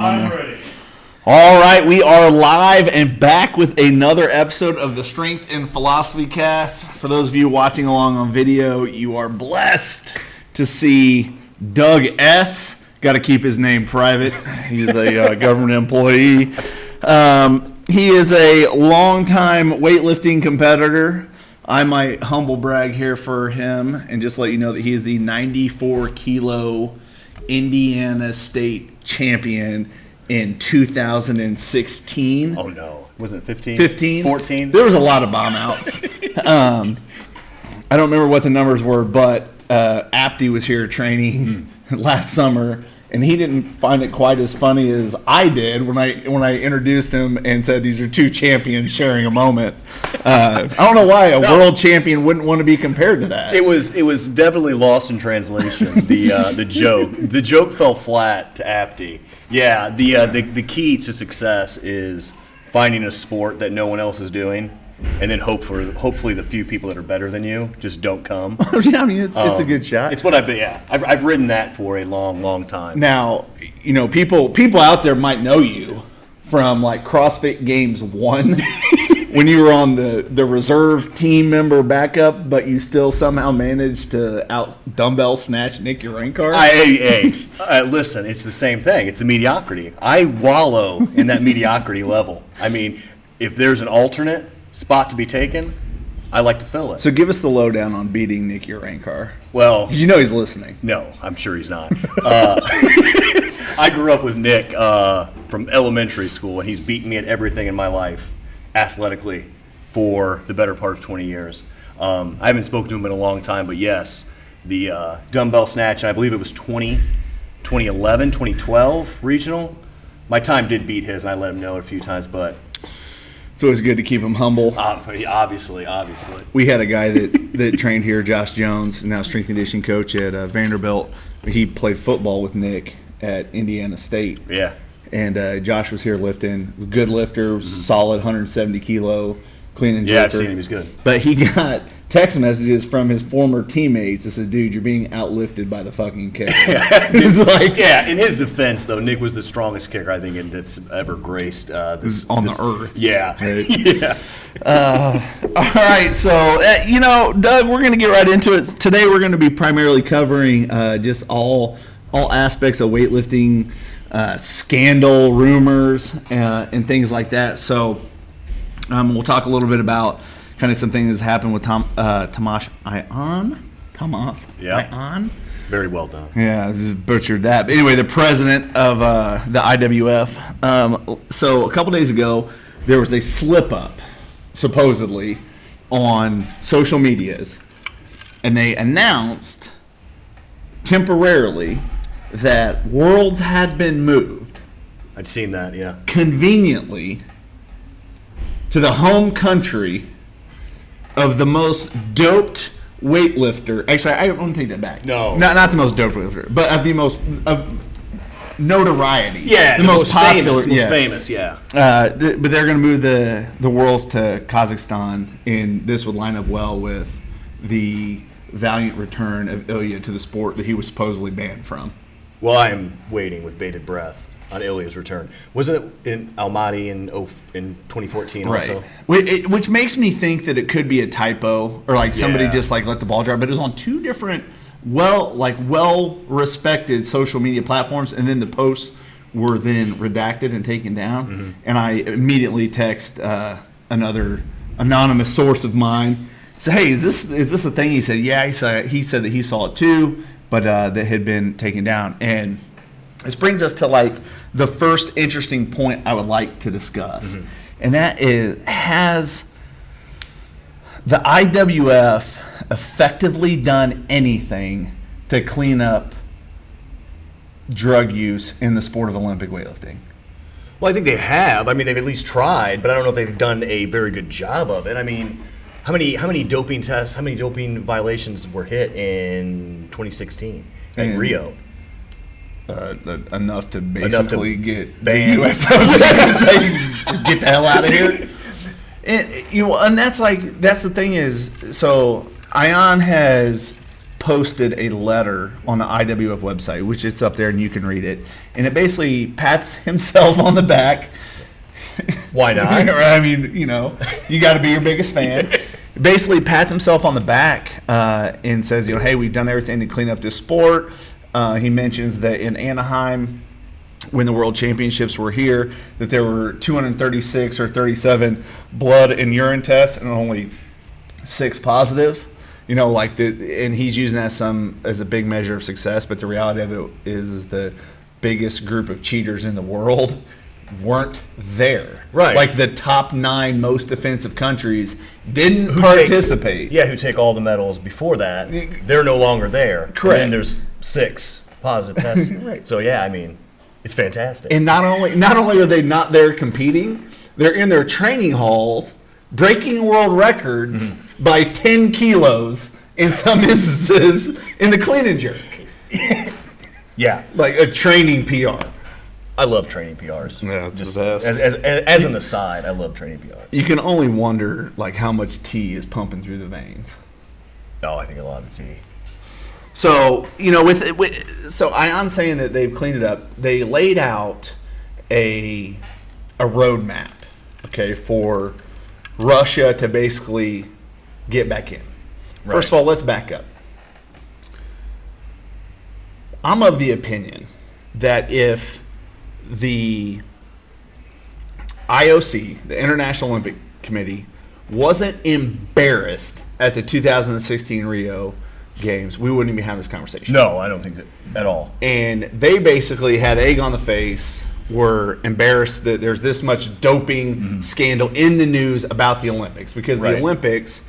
I'm ready. All right, we are live and back with another episode of the Strength and Philosophy Cast. For those of you watching along on video, you are blessed to see Doug S. Got to keep his name private. He's a uh, government employee. Um, he is a longtime weightlifting competitor. I might humble brag here for him and just let you know that he is the 94 kilo Indiana State champion in 2016. Oh no. Was it 15? 15 14? there was a lot of bomb outs um, i don't remember what the numbers were but uh, apty was here training last summer and he didn't find it quite as funny as i did when i when i introduced him and said these are two champions sharing a moment uh, i don't know why a world champion wouldn't want to be compared to that It was it was definitely lost in translation. The uh, the joke the joke fell flat to Apty. Yeah, the, uh, the the key to success is finding a sport that no one else is doing, and then hope for hopefully the few people that are better than you just don't come. yeah, i mean it's, it's a Um, good shot It's what I've been. Yeah, I've, I've ridden that for a long, long time. Now, you know, people people out there might know you from like CrossFit Games One when you were on the the reserve team member backup, but you still somehow managed to out dumbbell snatch Nick Urinkar. I, hey, hey, uh, listen, it's the same thing. It's the mediocrity. I wallow in that mediocrity level. I mean, if there's an alternate spot to be taken, I like to fill it. so give us the lowdown on beating Nick Urinkar. well, You know he's listening. no, I'm sure he's not. Uh, I grew up with Nick uh, from elementary school, and he's beaten me at everything in my life athletically for the better part of 20 years. Um, I haven't spoken to him in a long time, but yes, the uh, dumbbell snatch, I believe it was 20, 2011, 2012 regional. My time did beat his, and I let him know it a few times, but It's always good to keep him humble. uh, obviously, obviously. we had a guy that, that trained here, Josh Jones, now strength and conditioning coach at uh, Vanderbilt. He played football with Nick at Indiana State. Yeah. And uh, Josh was here lifting, good lifter, solid 170 kilo, clean and Mm-hmm. Yeah, I've jerker. seen him. He's good. But he got text messages from his former teammates that said, "Dude, you're being outlifted by the fucking kicker." it's like Yeah, in his defense, though, Nick was the strongest kicker I think in- that's ever graced uh, this On the this- earth. Yeah, Right. yeah. All right, so uh, you know, Doug, we're going to get right into it. Today, we're going to be primarily covering uh, just all all aspects of weightlifting uh, scandal, rumors, uh, and things like that. So, um, we'll talk a little bit about kind of some things that happened with Tom uh, Tomash Ion, Tomas Yeah. Ion. Very well done. Yeah, I just butchered that. But anyway, the president of uh, the IWF. Um, so a couple days ago, there was a slip up, supposedly, on social medias, and they announced temporarily that worlds had been moved I'd seen that. Yeah, conveniently to the home country of the most doped weightlifter. Actually, I don't take that back. No. not not the most doped weightlifter, but of the most of notoriety. yeah. the, most, popular. famous, most yeah. famous. Yeah, Uh, th- but they're going to move the the worlds to Kazakhstan, and this would line up well with the valiant return of Ilya to the sport that he was supposedly banned from. Well, I am waiting with bated breath on Ilya's return. Wasn't it in Almaty in oh, in 2014 also? Whi- it- Which makes me think that it could be a typo or like somebody Yeah. just like let the ball drop, but it was on two different well like well respected social media platforms and then the posts were then redacted and taken down and I immediately text uh, another anonymous source of mine say hey is this is this a thing he said yeah he said he said that he saw it too but uh, that had been taken down and this brings us to like the first interesting point I would like to discuss, and that is has the IWF effectively done anything to clean up drug use in the sport of Olympic weightlifting? Well, I think they have. I mean, they've at least tried, but I don't know if they've done a very good job of it. I mean, how many how many doping tests, how many doping violations were hit in 2016 at And- Rio? Uh, uh, enough to Enough to basically get ban. the USO to get the hell out of here. And you know, and that's like that's the thing is so Ion has posted a letter on the IWF website, which it's up there and you can read it. And it basically pats himself on the back. Why not? I mean, you know, you got to be your biggest fan. Basically, pats himself on the back uh, and says, you know, hey, we've done everything to clean up this sport. Uh, he mentions that in Anaheim, when the World Championships were here, that there were 236 or 37 blood and urine tests and only six positives. You know, like the and he's using that as some as a big measure of success, but the reality of it is, is the biggest group of cheaters in the world weren't there. Right. Like the top nine most offensive countries didn't take- participate. yeah, who take all the medals before that, they're no longer there. And Correct. then there's six positive tests. right. So yeah, I mean, it's fantastic. And not only not only are they not there competing, they're in their training halls breaking world records Mm-hmm. by ten kilos in some instances in the clean and jerk. yeah, Like a training PR. I love training PRs. Yeah, it's the best. As, as, as, as an aside, I love training PRs. You can only wonder like how much tea is pumping through the veins. Oh, I think a lot of tea. So you know, with, with so Ion saying that they've cleaned it up, they laid out a a roadmap, okay, for Russia to basically get back in. First of Right. all, let's back up. I'm of the opinion that if the IOC, the International Olympic Committee, wasn't embarrassed at the 2016 Rio Games, we wouldn't even be having this conversation. No, I don't think that at all. And they basically had egg on the face, were embarrassed that there's this much doping scandal in the news about the Olympics because Mm-hmm. Right. the Olympics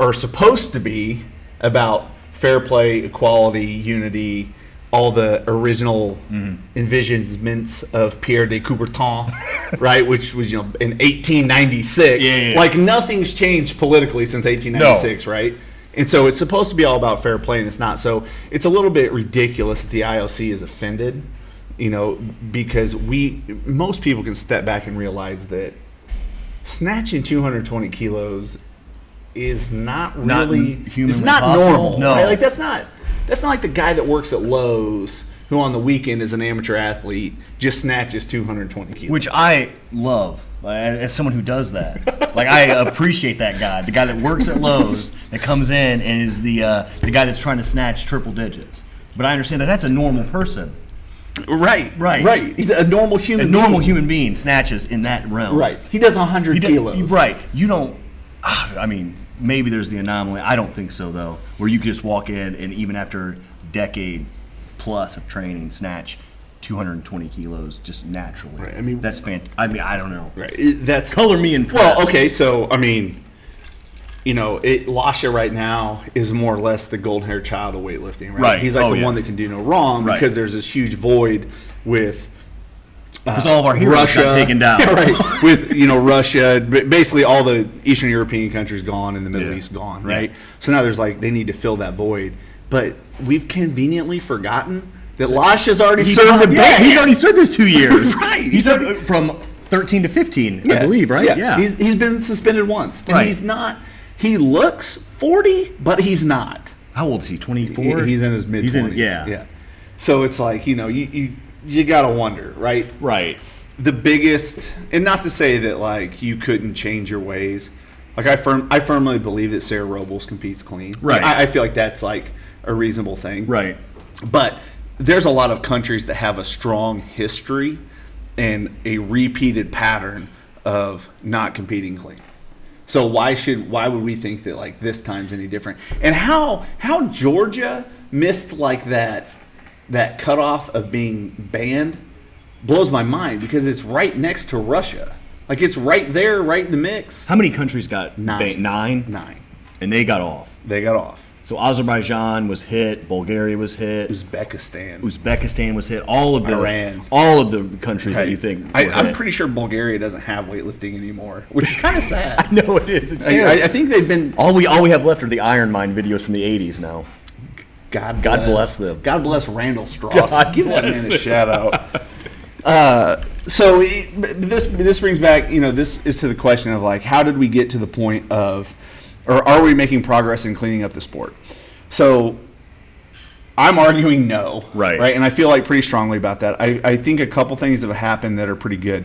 are supposed to be about fair play, equality, unity, all the original Mm-hmm. envisionments of Pierre de Coubertin, right? Which was you know in 1896. Yeah, yeah, yeah. Like nothing's changed politically since 1896, right? And so it's supposed to be all about fair play, and it's not. So it's a little bit ridiculous that the IOC is offended, you know, because we most people can step back and realize that snatching 220 kilos is not Not really humanly it's not possible. normal. No. right? like that's not that's not like the guy that works at Lowe's who on the weekend is an amateur athlete just snatches 220 kilos. Which I love uh, as someone who does that. like I appreciate that guy, the guy that works at Lowe's that comes in and is the uh, the guy that's trying to snatch triple digits. But I understand that that's a normal person, right, right. right. He's a normal a human. normal being. human being snatches in that realm. Right. He does 100 You don't- kilos. you- right. You don't. ah, I mean, maybe there's the anomaly. I don't think so though, where you just walk in and even after decade plus of training, snatch 220 kilos just naturally. Right, I mean- that's fantastic. I mean, I don't know. Right. It- That's Color me impressed. Well, okay, so I mean, you know, it Lasha right now is more or less the golden haired child of weightlifting, right? Right. He's like Oh, the yeah. one that can do no wrong Right. because there's this huge void with uh, Because all of our heroes Russia got taken down. Yeah, right? With you know Russia, ba- basically all the Eastern European countries gone and the Middle Yeah. East gone, Yeah. right? So now there's like they need to fill that void, but we've conveniently forgotten that Lasha's already He's, served a already, yeah, bit. he's already served his two years. Right. He He's served uh, from 13 to 15, I believe, right? Yeah. He's, he's been suspended once. And Right. he's not, he looks 40, but he's not. How old is he? He- 24? he's in his mid 20s. Yeah. Yeah. So it's like, you know, you, you, you got to wonder, right? Right. The biggest, and not to say that like you couldn't change your ways. Like I firm, I firmly believe that Sarah Robles competes clean. Right. I, I feel like that's like a reasonable thing. Right. But there's a lot of countries that have a strong history and a repeated pattern of not competing clean. So why should why would we think that like this time's any different? And how how Georgia missed like that that cutoff of being banned blows my mind because it's right next to Russia. Like it's right there, right in the mix. How many countries got Nine. ba- nine? Nine. And they got off. They got off. So Azerbaijan was hit, Bulgaria was hit, Uzbekistan. Uzbekistan was hit, all of the Iran. all of the countries that you Hey, think I, were I'm hit. pretty sure Bulgaria doesn't have weightlifting anymore, which is kind of sad. No, it is. It's I, I, I terrible. think they've been. all we all we have left are the Iron Mine videos from the 80s now. God bless, God bless them. God bless Randall Strauss. God Give that bless man a them. shout out. Uh, so it, but this this brings back, you know, this is to the question of like, how did we get to the point of, or are we making progress in cleaning up the sport? So I'm arguing no. Right. Right. And I feel like pretty strongly about that. I, I think a couple things have happened that are pretty good.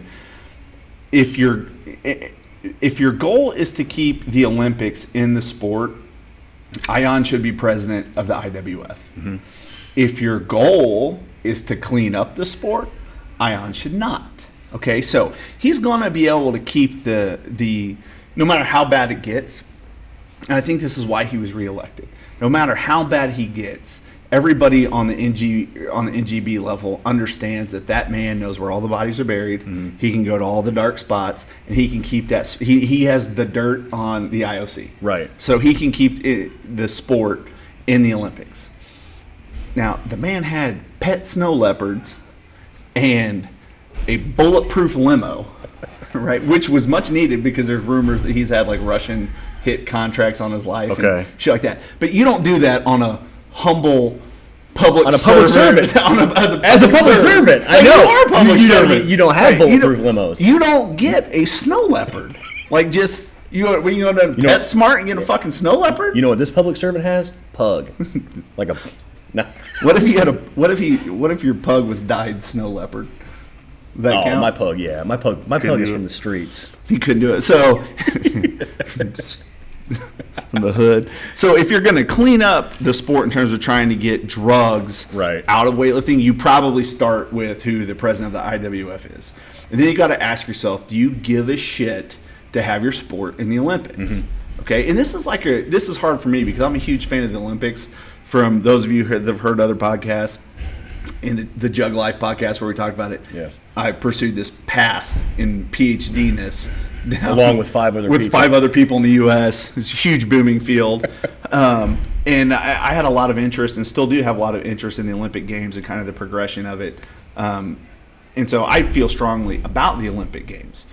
If your if your goal is to keep the Olympics in the sport, Ion should be president of the IWF. If your goal is to clean up the sport, Ion should not. Okay, so he's going to be able to keep the the no matter how bad it gets, and I think this is why he was reelected. No matter how bad he gets, everybody on the NG on the NGB level understands that that man knows where all the bodies are buried. He can go to all the dark spots, and he can keep that. s- He he has the dirt on the IOC, Right. So he can keep it, the sport in the Olympics. Now the man had pet snow leopards and a bulletproof limo, right? Which was much needed because there's rumors that he's had like Russian hit contracts on his life Okay. and shit like that. But you don't do that on a humble public On a public servant. on a, as a public, As a public servant, I Like, know. you are a public You- you don't- servant. you don't have you bulletproof don't- limos. You don't get a snow leopard. like just you know, when you go to know- Pet Smart and get a fucking snow leopard. You know what this public servant has? Pug. like a. No. what if you had a what if he what if your pug was dyed snow leopard? Does that Oh, count? my pug, yeah. My pug, my pug is do it. from the streets. He couldn't do it. So Just from the hood. So if you're going to clean up the sport in terms of trying to get drugs Right. out of weightlifting, you probably start with who the president of the IWF is, and then you got to ask yourself: Do you give a shit to have your sport in the Olympics? Mm-hmm. Okay, and this is like a this is hard for me because I'm a huge fan of the Olympics. From those of you who have heard other podcasts, in the, the Jug Life podcast where we talked about it, Yeah. I pursued this path in PhD ness Along with five other with people. five other people in the U.S. It's a huge booming field, um, and I, I had a lot of interest and still do have a lot of interest in the Olympic Games and kind of the progression of it. Um, and so I feel strongly about the Olympic Games.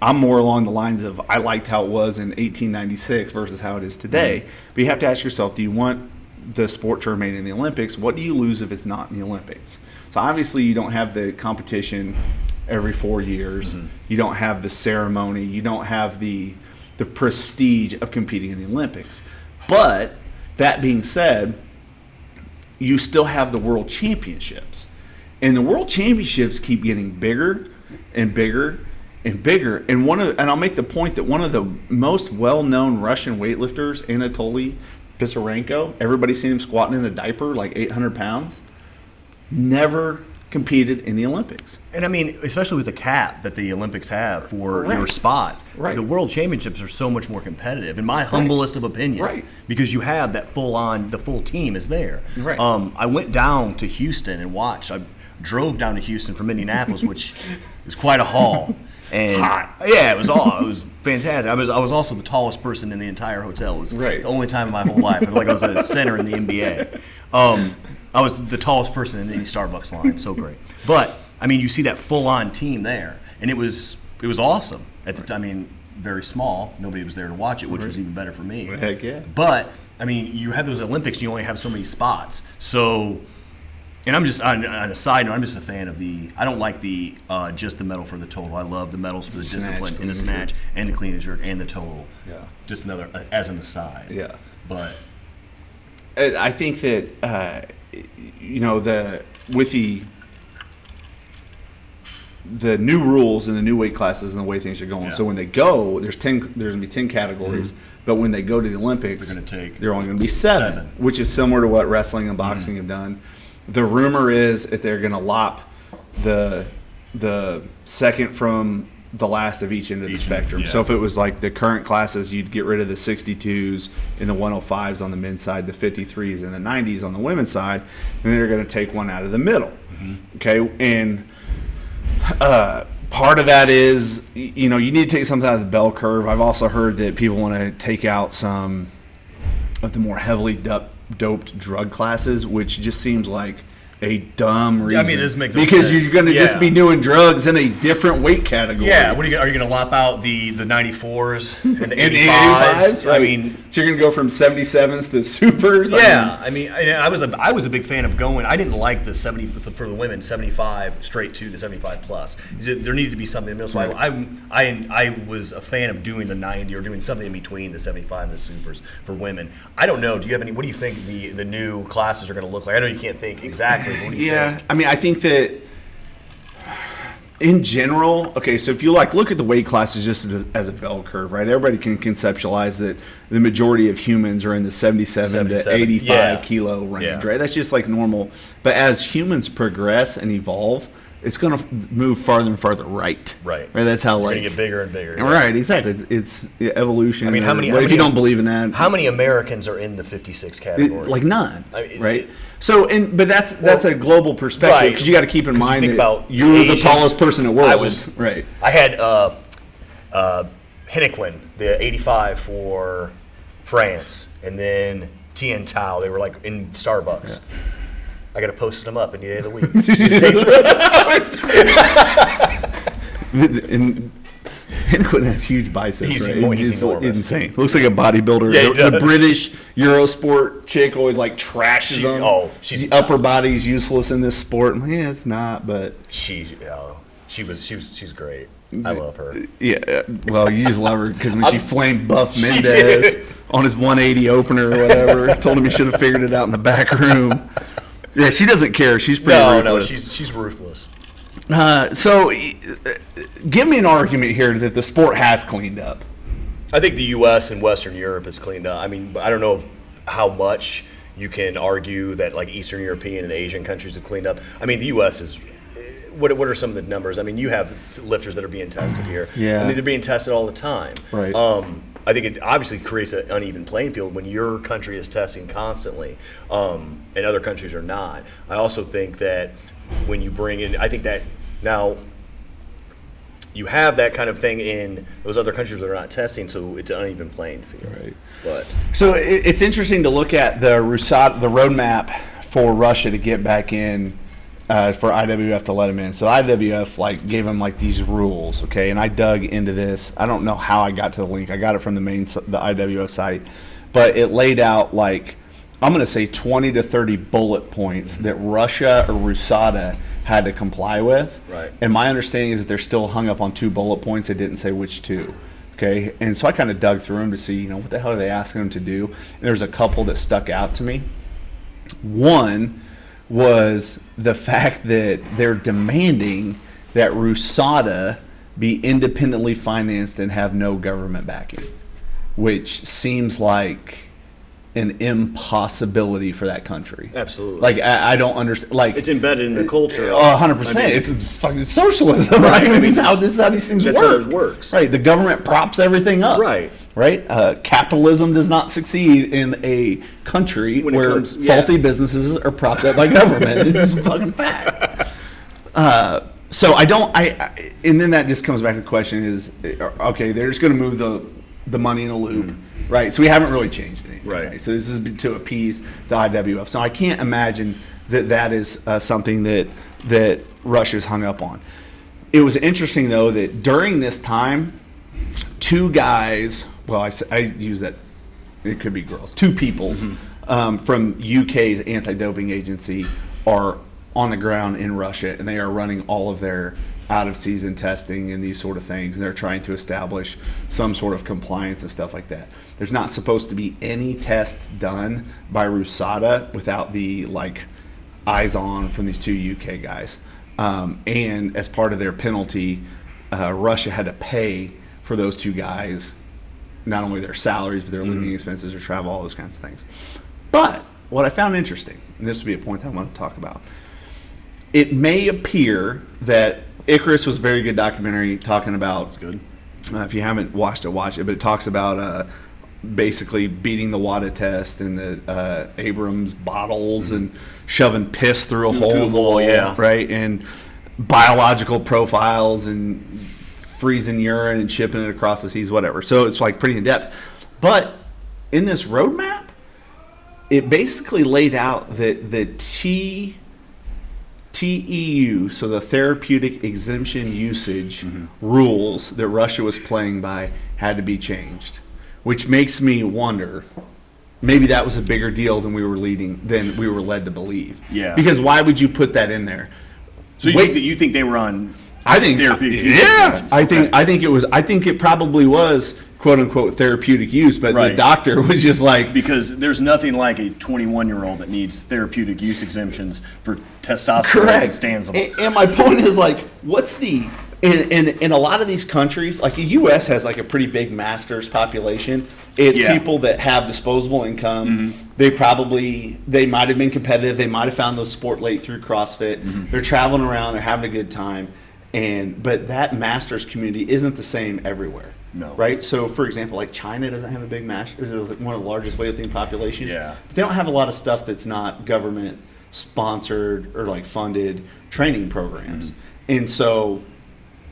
I'm more along the lines of I liked how it was in 1896 versus how it is today. But you have to ask yourself, do you want the sport to remain in the Olympics? What do you lose if it's not in the Olympics? So obviously you don't have the competition every 4 years. You don't have the ceremony, you don't have the the prestige of competing in the Olympics. But that being said, you still have the world championships. And the world championships keep getting bigger and bigger and bigger. And one of and I'll make the point that one of the most well-known Russian weightlifters, Anatoly Pisarenko, everybody's seen him squatting in a diaper like 800 pounds, never competed in the Olympics. And I mean, especially with the cap that the Olympics have for your Right. spots, Right. the World Championships are so much more competitive, in my humblest of opinion. Right. Because you have that full on, the full team is there. Right. Um, I went down to Houston and watched. I drove down to Houston from Indianapolis, which is quite a haul. And hot. yeah, it was all it was fantastic. I was I was also the tallest person in the entire hotel. It was Right. the only time in my whole life. I feel like I was a center in the NBA. Um, I was the tallest person in any Starbucks line. So great. But I mean, you see that full-on team there, and it was it was awesome. At the time, I mean, very small. Nobody was there to watch it, which was even better for me. Heck yeah. But I mean, you have those Olympics, and you only have so many spots. So and I'm just on, on a side note. I'm just a fan of the. I don't like the uh, just the medal for the total. I love the medals for the, snatch, discipline and clean the and snatch and the clean and jerk and the total. Yeah. Just another uh, as an aside. Yeah. But And I think that uh, you know the with the the new rules and the new weight classes and the way things are going. Yeah. Mm-hmm. So when they go, there's ten. There's gonna be ten categories, but when they go to the Olympics, They're gonna take They're only gonna be seven, seven. which is similar to what wrestling Mm-hmm. and boxing have done. The rumor is that they're gonna lop the the second from the last of each end of Each the end, spectrum. yeah. So if it was like the current classes, you'd get rid of the 62s and the 105s on the men's side, the 53s and the 90s on the women's side, and they're going to take one out of the middle. Mm-hmm. Okay, and uh, part of that is y- you know you need to take something out of the bell curve. I've also heard that people want to take out some of the more heavily dup- doped drug classes, which just seems like a a dumb reason. mean, it doesn't make no because sense. you're going to Yeah. just be doing drugs in a different weight category. Yeah, what are you gonna, are you going to lop out the the 94s and the And 85s? 85s, right. I mean, so you're going to go from 77s to supers. I yeah, mean, I mean, I, I was a I was a big fan of going. I didn't like the 70 for the women 75 straight to the 75 plus. There needed to be something in the middle. So I, I I I was a fan of doing the 90 or doing something in between the 75 and the supers for women. I don't know. Do you have any? What do you think the the new classes are going to look like? I know you can't think exactly. But what do you yeah. think? I mean, I think that in general, okay, so if you like look at the weight classes just as a, as a bell curve, right? Everybody can conceptualize that the majority of humans are in the 77, 77, to 85 yeah. kilo range, Yeah. right? That's just like normal. But as humans progress and evolve, it's going to move farther and farther right. Right. Right. That's how We're like going to get bigger and bigger. Right, exactly. It's, it's evolution. I mean, how many- What how if you many- don't believe in that? How many Americans are in the 56 It- category? like none, I mean, it- right? So, and but that's that's a global perspective Right. because you got to keep in 'Cause you mind think that about you're the Asian- tallest person at world. I was- right. I had uh, uh, Hennequin, the 85 for France, and then Tien Tao. They were like in Starbucks. I got to post them up any day of the week. And Henquin has huge biceps. He's right? emo- he's It's enormous. insane. Looks like a bodybuilder. Yeah, he the, the does. British Eurosport chick always like trashes She- him. oh, she's- the upper body's useless in this sport. I'm like, yeah, it's not, but she, oh, she was, she was, she's great. I love her. Yeah, uh, well, you just love her because when she flamed Buff She Mendez did. on his 180 opener or whatever, told him he should have figured it out in the back room. Yeah, she doesn't care. She's pretty No, no, ruthless. she's she's ruthless. uh, so, y- uh, give me an argument here that the sport has cleaned up. I think the U.S. and Western Europe is cleaned up. I mean, I don't know how much you can argue that like Eastern European and Asian countries have cleaned up. I mean, the U.S. is. eh, What, what are some of the numbers? I mean, you have lifters that are being tested here. Yeah. I mean, they're being tested all the time. Right. Um, I think it obviously creates an uneven playing field when your country is testing constantly um, and other countries are not. I also think that when you bring in, I think that now you have that kind of thing in those other countries that are not testing, so it's an uneven playing field. Right. But So it, it's interesting to look at the Rusad, the roadmap for Russia to get back in uh, for IWF to let him in. So IWF like gave him like these rules, okay? And I dug into this. I don't know how I got to the link. I got it from the main s- the IWF site, but it laid out like I'm going to say 20 to 30 bullet points that Russia or Rusada had to comply with. Right. And my understanding is that they're still hung up on two bullet points. They didn't say which two. Okay. And so I kind of dug through them to see, you know, what the hell are they asking them to do? And there's a couple that stuck out to me. One was the fact that they're demanding that Rusada be independently financed and have no government backing, which seems like an impossibility for that country. Absolutely. Like I, I don't understand. Like it's embedded in the culture. Oh, 100%. I mean, it's fucking socialism, right? I mean, this, is how, this is how these things That's how work. it works. Right. The government props everything up. Right. Right. Uh, capitalism does not succeed in a country When it where comes- yeah. faulty businesses are propped up by government. it's just a fucking fact. Uh, so I don't. I, I and then that just comes back to the question: Is uh, okay? They're just going to move the the money in a loop, right? So we haven't really changed anything, Right. So this is to appease the IWF. So I can't imagine that that is uh, something that that Russia's hung up on. It was interesting though that during this time, two guys. Well, I, s- I use that. It could be girls. Two peoples um, from UK's anti-doping agency are on the ground in Russia, and they are running all of their out-of-season testing and these sort of things. And they're trying to establish some sort of compliance and stuff like that. There's not supposed to be any tests done by Rusada without the like eyes on from these two UK guys. Um, and as part of their penalty, uh, Russia had to pay for those two guys not only their salaries, but their living expenses, their travel, all those kinds of things. But what I found interesting, and this would be a point that I want to talk about, it may appear that Icarus was a very good documentary talking about. It's good. Uh, if you haven't watched it, watch it. But it talks about uh, basically beating the WADA test and the uh, Abrams bottles and shoving piss through a hole Mm-hmm. the in the wall, wall, yeah. right? And biological profiles and freezing urine and shipping it across the seas, whatever. So it's like pretty in depth. But in this roadmap, it basically laid out that the T TEU, so the therapeutic exemption usage Mm-hmm. rules that Russia was playing by had to be changed, which makes me wonder. Maybe that was a bigger deal than we were leading than we were led to believe. Yeah. Because why would you put that in there? So you Wait- think that you think they were on? I think therapeutic. Yeah, interventions. I think Okay. I think it was. I think it probably was quote unquote therapeutic use, but Right. the doctor was just like, because there's nothing like a 21 year old that needs therapeutic use exemptions for testosterone Correct. Constanza. And, and my point is like, what's the in, in in a lot of these countries, like the U.S. has like a pretty big masters population. It's Yeah. Mm-hmm. people that have disposable income. They probably they might have been competitive. They might have found the sport late through CrossFit. Mm-hmm. They're traveling around. They're having a good time. And but that masters community isn't the same everywhere. No. Right. So for example, like China doesn't have a big masters. One of the largest weightlifting populations. Yeah. They don't have a lot of stuff that's not government sponsored or like funded training programs. Mm-hmm. And so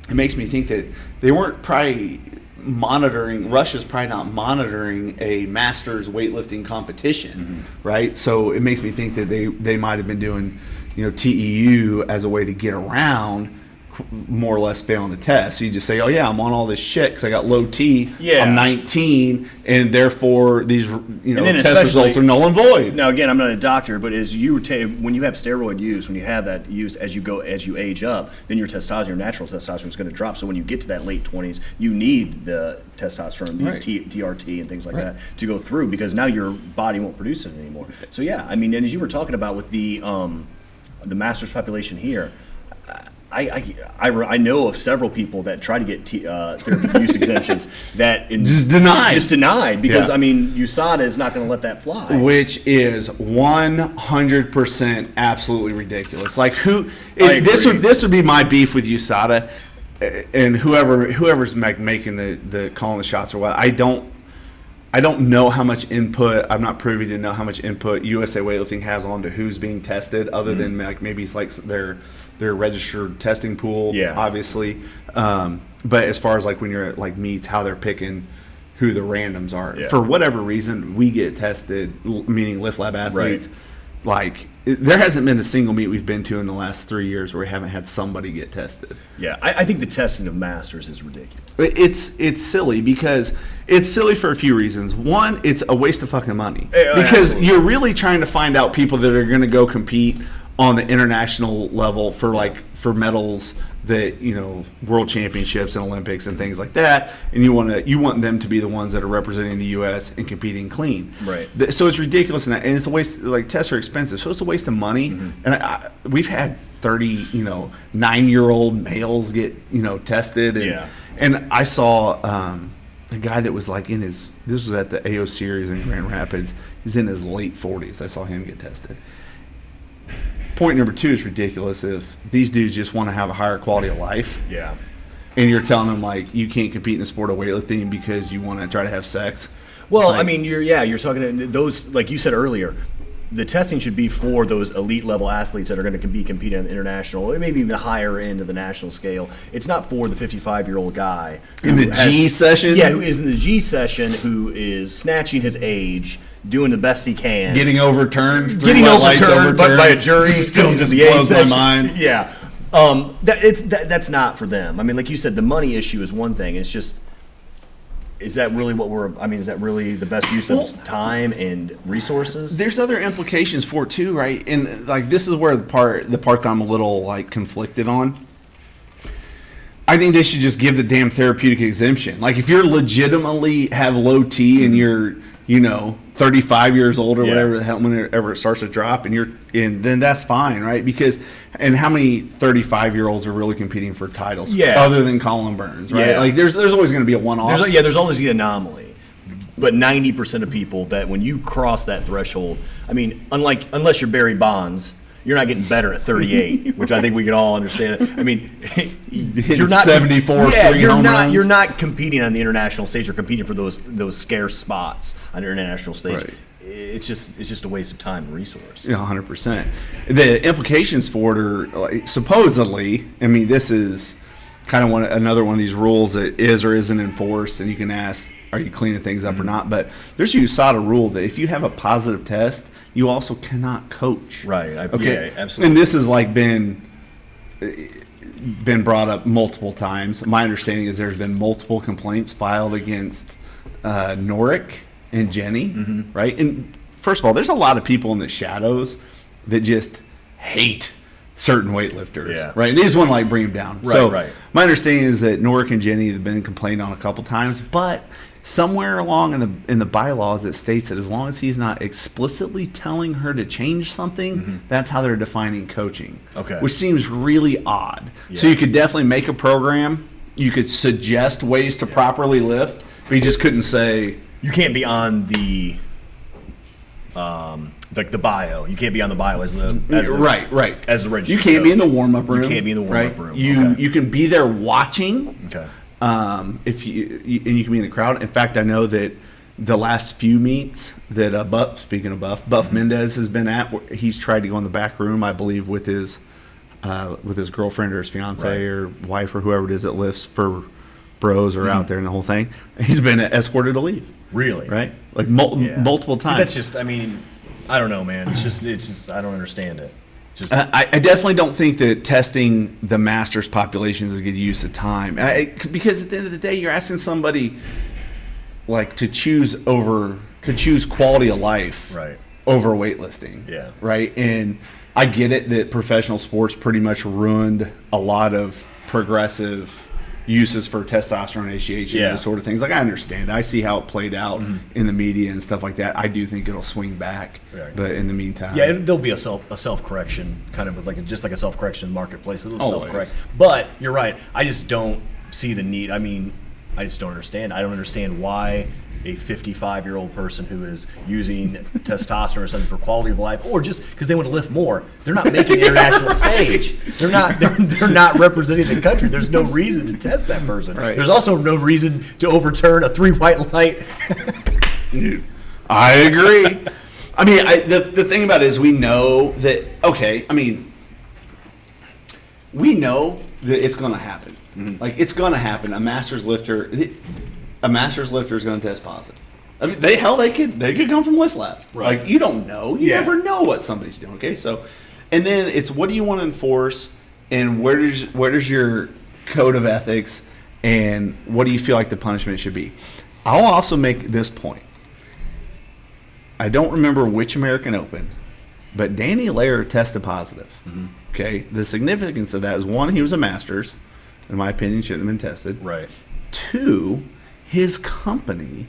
it makes me think that they weren't probably monitoring Russia's probably not monitoring a masters weightlifting competition, Mm-hmm. right? So it makes me think that they they might have been doing, you know, TEU as a way to get around qu- more or less failing the test. So you just say, "Oh yeah, I'm on all this shit cuz I got low T. Yeah. am 19 and therefore these you know then test results especially- are null and void." Now again, I'm not a doctor, but as you ta- when you have steroid use, when you have that use as you go as you age up, then your testosterone, your natural testosterone is going to drop. So when you get to that late 20s, you need the testosterone, you Right. need T- DRT, and things like that to go through because now your body won't produce it anymore. So yeah, I mean, and as you were talking about with the um, the masters population here. I, I, I, re- I know of several people that try to get t- uh, therapeutic use exemptions that in, Just denied. just denied because Yeah. I mean USADA is not going to let that fly. which is 100% absolutely ridiculous. Like who I this agree. would this would be my beef with USADA eh, and whoever whoever's like making the the calling the shots or what. I don't I don't know how much input. I'm not privy to know how much input USA Weightlifting has onto who's being tested, other Mm-hmm. than like maybe it's like their their registered testing pool. Yeah. obviously. Um, but as far as like when you're at like meets, how they're picking who the randoms are Yeah. for whatever reason we get tested, l- meaning Lift Lab athletes. Right. Like it, there hasn't been a single meet we've been to in the last three years where we haven't had somebody get tested. Yeah, I, I think the testing of masters is ridiculous. It- It's it's silly because it's silly for a few reasons. One, it's a waste of fucking money Eh, oh, Yeah, yeah, because absolutely. you're really trying to find out people that are going to go compete on the international level for like for medals that you know world championships and Olympics and things like that, and you want to you want them to be the ones that are representing the U.S. and competing clean. Right. Th- So it's ridiculous, and, that, and it's a waste. Like tests are expensive, so it's a waste of money. Mm-hmm. And I, I, we've had thirty, you know, nine-year-old males get you know tested, and Yeah. and I saw um, a guy that was like in his. This was at the AO series in Grand Rapids. He was in his late forties. I saw him get tested. Point number two is ridiculous. If these dudes just want to have a higher quality of life, Yeah. and you're telling them like you can't compete in the sport of weightlifting because you want to try to have sex, Well, I Like- mean, you're yeah, you're talking to those like you said earlier. The testing should be for those elite level athletes that are going to be competing on the international, or maybe even the higher end of the national scale. It's not for the 55 year old guy In who the G session? Yeah, who is in the G session, who is snatching his age, doing the best he can, getting overturned, three getting white lights overturned, but by a overturned, jury still This is just the A blows my section. mind. Yeah, um, that, it's that, that's not for them. I mean, like you said, the money issue is one thing. It's just, is that really what we're? I mean, is that really the best use of Well- time and resources? there's other implications for it too, right? And like this is where the part the part that I'm a little like conflicted on. I think they should just give the damn therapeutic exemption. Like if you're legitimately have low T and you're you know 35 years old or Yeah. whatever the hell whenever it starts to drop and you're and then that's fine, right? Because and how many 35 year olds are really competing for titles? Yeah. other than Colin Burns, right? Yeah. Like there's there's always going to be a one off. There's, yeah, there's always the anomaly, but 90% of people that when you cross that threshold, I mean, unlike unless you're Barry Bonds. You're not getting better at 38, which I think we can all understand. I mean, you're not 74 Yeah, three you're home not. runs. You're not competing on the international stage. You're competing for those those scarce spots on the international stage. Right. It's just it's just a waste of time and resource. Yeah, hundred percent. The implications for it are like, supposedly. I mean, this is kind of one another one of these rules that is or isn't enforced, and you Mm-hmm. can ask, are you cleaning things up or not? But there's a USADA rule that if you have a positive test, you also cannot coach. Right, I- okay. yeah, absolutely. And this has like been been brought up multiple times. My understanding is there's been multiple complaints filed against uh, Norick and Jenny, Mm-hmm. right? And first of all, there's a lot of people in the shadows that just hate certain weightlifters, Yeah. right? And they just want to like bring them down. Right, so right. my understanding is that Norick and Jenny have been complained on a couple times, but somewhere along in the in the bylaws it states that as long as he's not explicitly telling her to change something, that's how they're defining coaching. Mm-hmm. Okay. Which seems really odd. So Yeah. you could definitely make a program. You could suggest ways to properly lift, but you just couldn't say You can't be on the, um, like the bio. You can't be on the bio as the, as the right, right. as the registered you can't be in the coach. warm up You room. can't be in the warm-up right? room, You okay. you can be there watching. Okay. Um, if you, you and you can be in the crowd. In fact, I know that the last few meets that uh, Buff, speaking of Buff, Buff Mm-hmm. Mendez has been at, where he's tried to go in the back room, I believe, with his uh, with his girlfriend or his fiance Right. or wife or whoever it is that lifts for bros or Mm-hmm. out there and the whole thing. He's been escorted to leave, Really? right? Like mul- Yeah. multiple See, times. that's just. I mean, I don't know, man. It's just. It's just. I don't understand it. It's Just. Uh, I, I definitely don't think that testing the masters populations is a good use of time I, because at the end of the day you're asking somebody like to choose over to choose quality of life Right. over weightlifting Yeah. right and i get it that professional sports pretty much ruined a lot of progressive uses for testosterone initiation Yeah. Mm-hmm. and those sort of things like i understand i see how it played out in the media and stuff like that i do think it'll swing back Right. but in the meantime yeah, it, there'll be a self a self correction kind of like just like a self correction marketplace. It'll Always. self correct. But you're right. I just don't see the need. I mean, I just don't understand. I don't understand why a 55 year old person who is using testosterone or something for quality of life, or just because they want to lift more, they're not making the international stage. They're not. They're, they're not representing the country. There's no reason to test that person. Right. There's also no reason to overturn a three white light. I agree. I mean, I, the the thing about it is we know that okay. I mean, we know that it's going to happen. Like it's going to happen. A master's lifter, a master's lifter is going to test positive. I mean, they hell they could they could come from lift lab. Right. Like you don't know. You Yeah. never know what somebody's doing. Okay, so and then it's what do you want to enforce, and where does where does your code of ethics, and what do you feel like the punishment should be? I'll also make this point. I don't remember which American Open, but Danny Lair tested positive. Okay, the significance of that is one, he was a Masters, in my opinion, shouldn't have been tested. Right. Two, his company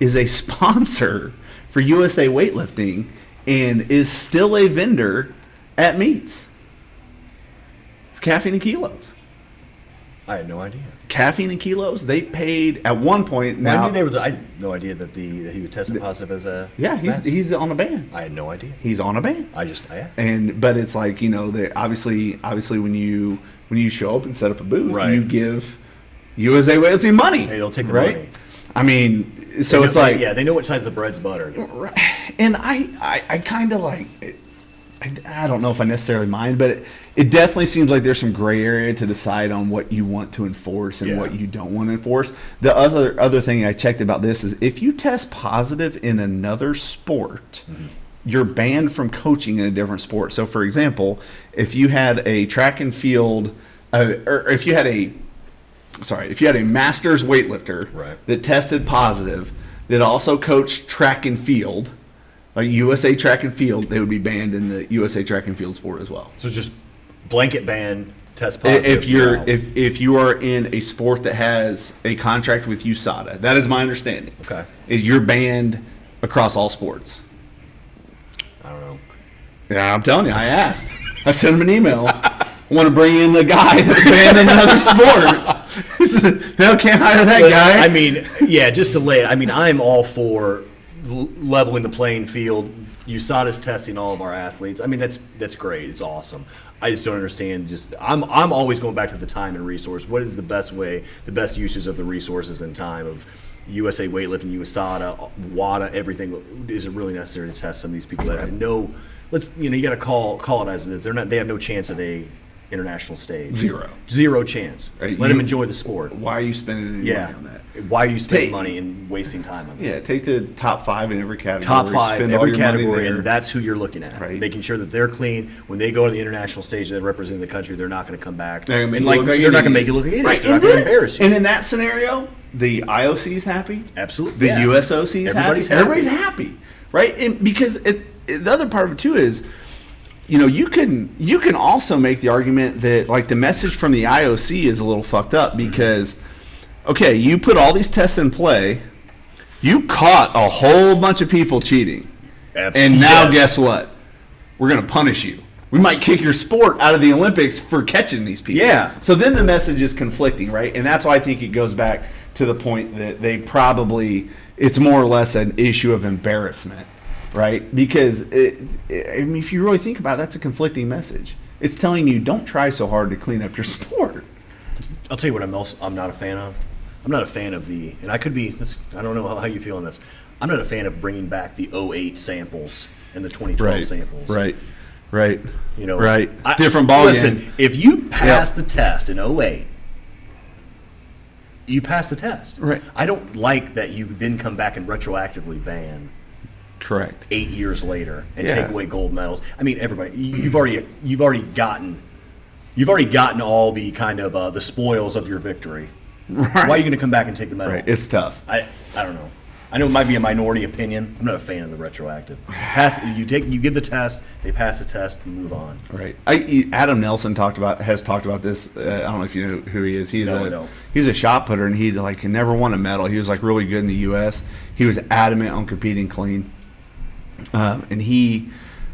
is a sponsor for USA Weightlifting and is still a vendor at meets. It's caffeine and kilos. I had no idea. Caffeine and kilos. They paid at one point. Well, Now, I knew they were. The, I had no idea that the that he was tested positive as a. yeah, he's, mask. he's on a ban. I had no idea. He's on a ban. I just. I, and but it's like you know that obviously obviously when you when you show up and set up a booth Right. you give USA Weightlifting money Hey, they'll take the money. I mean so They it's know- like yeah, they know what size the bread's buttered. Right. And I, I, I kind of like, I, I don't know if I necessarily mind, but it, it definitely seems like there's some gray area to decide on what you want to enforce and Yeah. what you don't want to enforce. The other other thing I checked about this is if you test positive in another sport, you're banned from coaching in a different sport. So, for example, if you had a track and field, uh, or if you had a sorry, if you had a master's weightlifter Right. that tested positive, that also coached track and field, like USA track and field, they would be banned in the USA track and field sport as well. So just blanket ban test I- positive. If you're now. if if you are in a sport that has a contract with USADA, that is my understanding. Okay. is you're banned across all sports. I don't know. Yeah, I'm telling you, I asked. I sent him an email. I want to bring in a guy that's banned in another sport. no, can't hire that But, guy. I mean, yeah, just to lay it. I mean, I'm all for l- leveling the playing field. USADA's testing all of our athletes. I mean, that's that's great. It's awesome. I just don't understand. Just I'm I'm always going back to the time and resource. What is the best way, the best uses of the resources and time of USA weightlifting, USADA, WADA, everything? Is it really necessary to test some of these people that have no? Let's you know you got to call call it as it is. They're not. They have no chance at a international stage. Zero. Zero chance. Right, Let you- him enjoy the sport. Why are you spending any Yeah. money on that? Why are you spending Take- money and wasting time on that? Yeah, take the top five in every category. Top five, spend all every your money category, there. and that's who you're looking at. Right. Making sure that they're clean. When they go to the international stage, they're representing the country. They're not going to come back. They're gonna make and you like, look like they're not an going to make idiot. you look like idiots. Right, They're not and, going to then- embarrass you. and in that scenario, the IOC is happy. Absolutely, The yeah. USOC is Everybody's happy. happy. Everybody's happy, right? And because it, it- the other part of it too is, you know, you can you can also make the argument that like the message from the IOC is a little fucked up Mm-hmm. because, okay, you put all these tests in play, you caught a whole bunch of people cheating, Ab- and now yes. guess what? We're gonna punish you. We might kick your sport out of the Olympics for catching these people. Yeah. So then the message is conflicting, right? And that's why I think it goes back to the point that they probably it's more or less an issue of embarrassment, right? Because it, I mean, if you really think about it, that's a conflicting message. It's telling you don't try so hard to clean up your sport. I'll tell you what I'm also I'm not a fan of. I'm not a fan of the, and I could be. This, I don't know how, how you feel on this. I'm not a fan of bringing back the 08 samples and the 2012 samples. Right. You know. Right. I- Different ball Listen, game. if you pass the test in 08, you pass the test. Right. I don't like that you then come back and retroactively ban Correct. eight years later and Yeah. take away gold medals. I mean, everybody, you- you've already you've already gotten you've already gotten all the kind of uh, the spoils of your victory. Why are you going to come back and take the medal? Right. It's tough. I I don't know. I know it might be a minority opinion. I'm not a fan of the retroactive. Pass, you take you give the test, they pass the test, and move on. Right. I, e, Adam Nelson talked about has talked about this. Uh, I don't know if you know who he is. He's No, I a don't. he's a shot putter, and he like he never won a medal. He was like really good in the U.S. He was adamant on competing clean, um, and he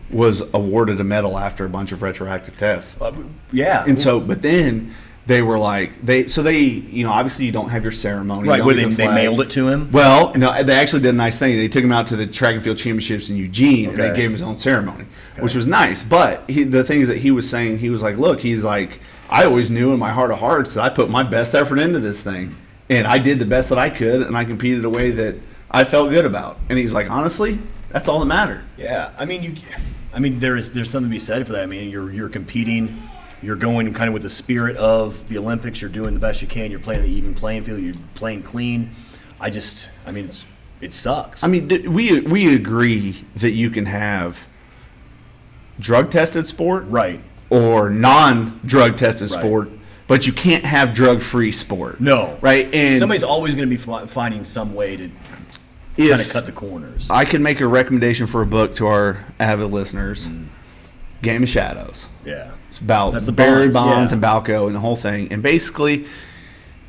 was awarded a medal after a bunch of retroactive tests. Uh, yeah, And so, but then they were like they so they you know obviously you don't have your ceremony you right don't where get they, the they flag. mailed it to him. Well, no, they actually did a nice thing. They took him out to the track and field championships in Eugene, and they Okay. gave him his own ceremony, which was nice. But he, the things that he was saying, he was like, "Look, he's like, I always knew in my heart of hearts that I put my best effort into this thing, and I did the best that I could, and I competed a way that I felt good about." And he's like, "Honestly, that's all that mattered." Yeah, I mean you, I mean there is there's something to be said for that. I mean you're you're competing, you're going kind of with the spirit of the Olympics. You're doing the best you can. You're playing an even playing field. You're playing clean. I just, I mean it's it sucks. I mean, d- we we agree that you can have drug tested sport, right? or non-drug tested Right. sport, but you can't have drug-free sport. No, right? And somebody's always going to be fi- finding some way to if kind of cut the corners. I could make a recommendation for a book to our avid listeners, Mm. Game of Shadows. yeah, It's about That's the Barry Bonds, Bonds, yeah. and Balco and the whole thing. And basically,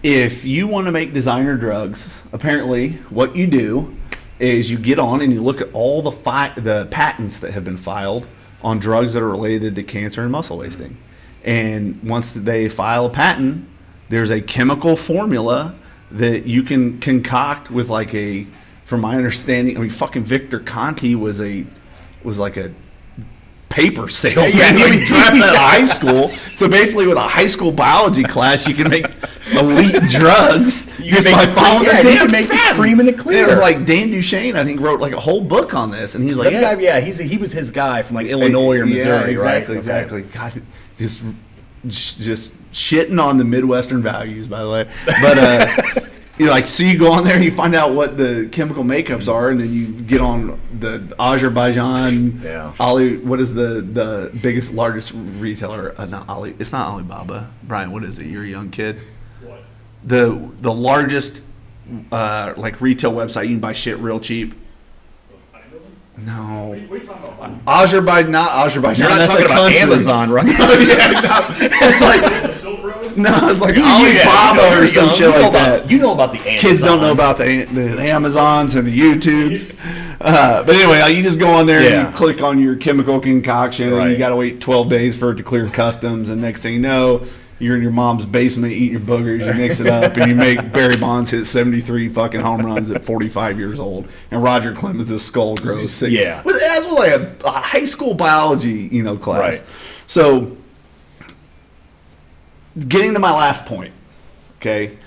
if you want to make designer drugs, apparently what you do is you get on and you look at all the fi- the patents that have been filed on drugs that are related to cancer and muscle wasting. And once they file a patent, there's a chemical formula that you can concoct with like a from my understanding, I mean fucking Victor Conti was a was like a paper salesman. Yeah, yeah. He was dropped out of high school. So basically, with a high school biology class, you can make elite drugs You just make by the cre- following yeah, you a damn can make the pattern. cream and the It was clear. like Dan Duchesne, I think, wrote like a whole book on this, and he's like, That yeah, guy, yeah, he's he was his guy from like Illinois or yeah, Missouri, right? exactly, Okay. exactly. God, just just shitting on the Midwestern values, by the way. But uh, you know, like, so you go on there, you find out what the chemical makeups are, and then you get on the Azerbaijan, Yeah. Ali. What is the the biggest, largest retailer? Uh, not Ali. It's not Alibaba. Brian, what is it? You're a young kid. What? The the largest uh, like retail website you can buy shit real cheap. No. Oh, Azerbaijan, not Azerbaijan. You're not that's a talking about country. Amazon, right? yeah, no, it's like Silk Road? no, it's like Oh, Yeah, Alibaba you know, or some shit you know like about- that. You know about the Amazon. Kids don't know about the, the Amazons and the YouTubes. Uh, but anyway, like, you just go on there Yeah. and you click on your chemical concoction, and you Right. got to wait 12 days for it to clear customs. And next thing you know, you're in your mom's basement eating your boogers, you mix it up, and you make Barry Bonds hit 73 fucking home runs at 45 years old. And Roger Clemens' skull grows six. Yeah. Well, That's like a, a high school biology, you know, class. Right. So getting to my last point, okay.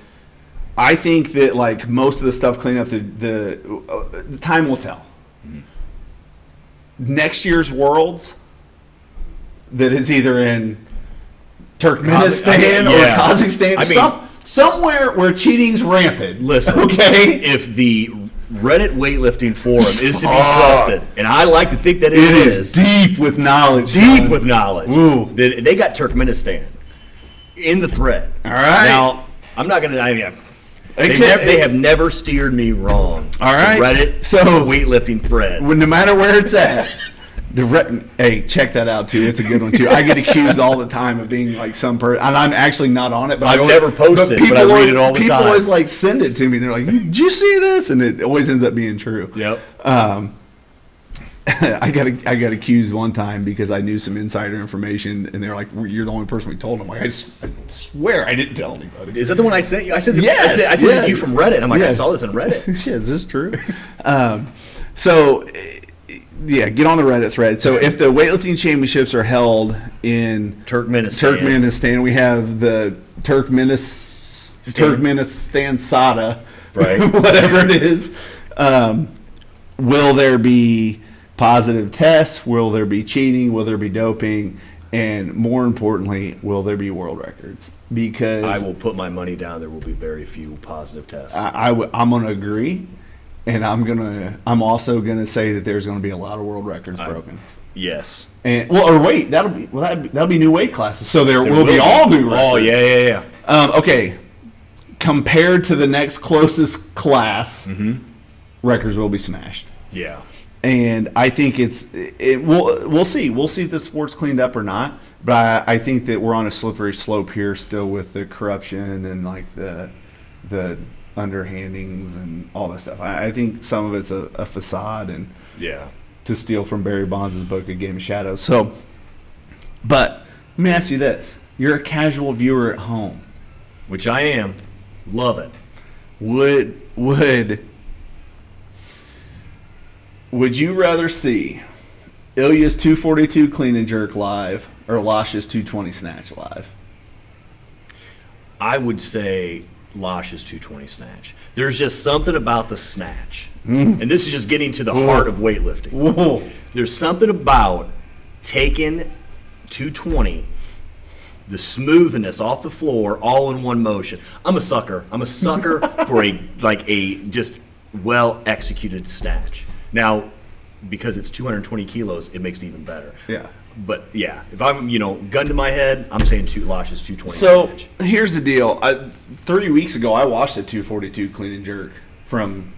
I think that like most of the stuff cleaning up the the, uh, the time will tell. Mm-hmm. Next year's worlds that is either in Turkmenistan I mean, yeah. or Kazakhstan, I mean- some, somewhere where cheating's rampant. Listen, okay. If the Reddit weightlifting forum is to be Fuck. trusted, and I like to think that Ah. It is deep with knowledge. deep son. with knowledge. Ooh. They, they got Turkmenistan in the thread. All right. Now, I'm not going to. I mean, It they, can- never, they it- have never steered me wrong. All right. The Reddit So- weightlifting thread. Well, no matter where it's at. The re- hey, check that out too. It's a good one too. I get accused all the time of being like some person, and I'm actually not on it. But I've I always- never posted, but I people read always- it all the people time. always like send it to me. They're like, "Did you see this?" And it always ends up being true. Yep. Um, I got I got accused one time because I knew some insider information, and they're like, well, "You're the only person we told." I'm like, I, s- I swear I didn't tell anybody. Is that the one I sent you? I sent. Yes, I sent, I sent yes. it to you from Reddit. I'm like, I Yes. saw this on Reddit. yeah, is this true? um, so, eh, yeah, get on the Reddit thread. So, if the weightlifting championships are held in Turkmenistan. Turkmenistan, we have the Turkmenis, Turkmenistan Sada, Right. whatever it is. Um, will there be positive tests? Will there be cheating? Will there be doping? And more importantly, will there be world records? Because I will put my money down. There will be very few positive tests. I, I w- I'm going to agree, and I'm going to I'm also going to say that there's going to be a lot of world records broken. yes. And well, or wait, that'll be well that'll be, that'll be new weight classes. So there, There will, be, all new records. Oh yeah, yeah, yeah. Um, okay, compared to the next closest class, records will be smashed. Yeah. And I think it's it. We'll we'll see. We'll see if the sport's cleaned up or not. But I, I think that we're on a slippery slope here still with the corruption and like the the underhandings and all that stuff. I, I think some of it's a, a facade and Yeah. to steal from Barry Bonds' book, A Game of Shadows. So, but let me ask you this: You're a casual viewer at home. Which I am. Love it. Would would would you rather see Ilya's 242 clean and jerk live or Losh's 220 snatch live? I would say Losh is 220 snatch. There's just something about the snatch. Mm. And this is just getting to the heart of weightlifting. Whoa! There's something about taking 220, the smoothness off the floor, all in one motion. I'm a sucker. I'm a sucker for a like a just well executed snatch. Now, because it's 220 kilos, it makes it even better. Yeah. But yeah, if I'm you know gun to my head, I'm saying two Losh is 220. So snatch. here's the deal: I, three weeks ago, I watched the 242 clean and jerk from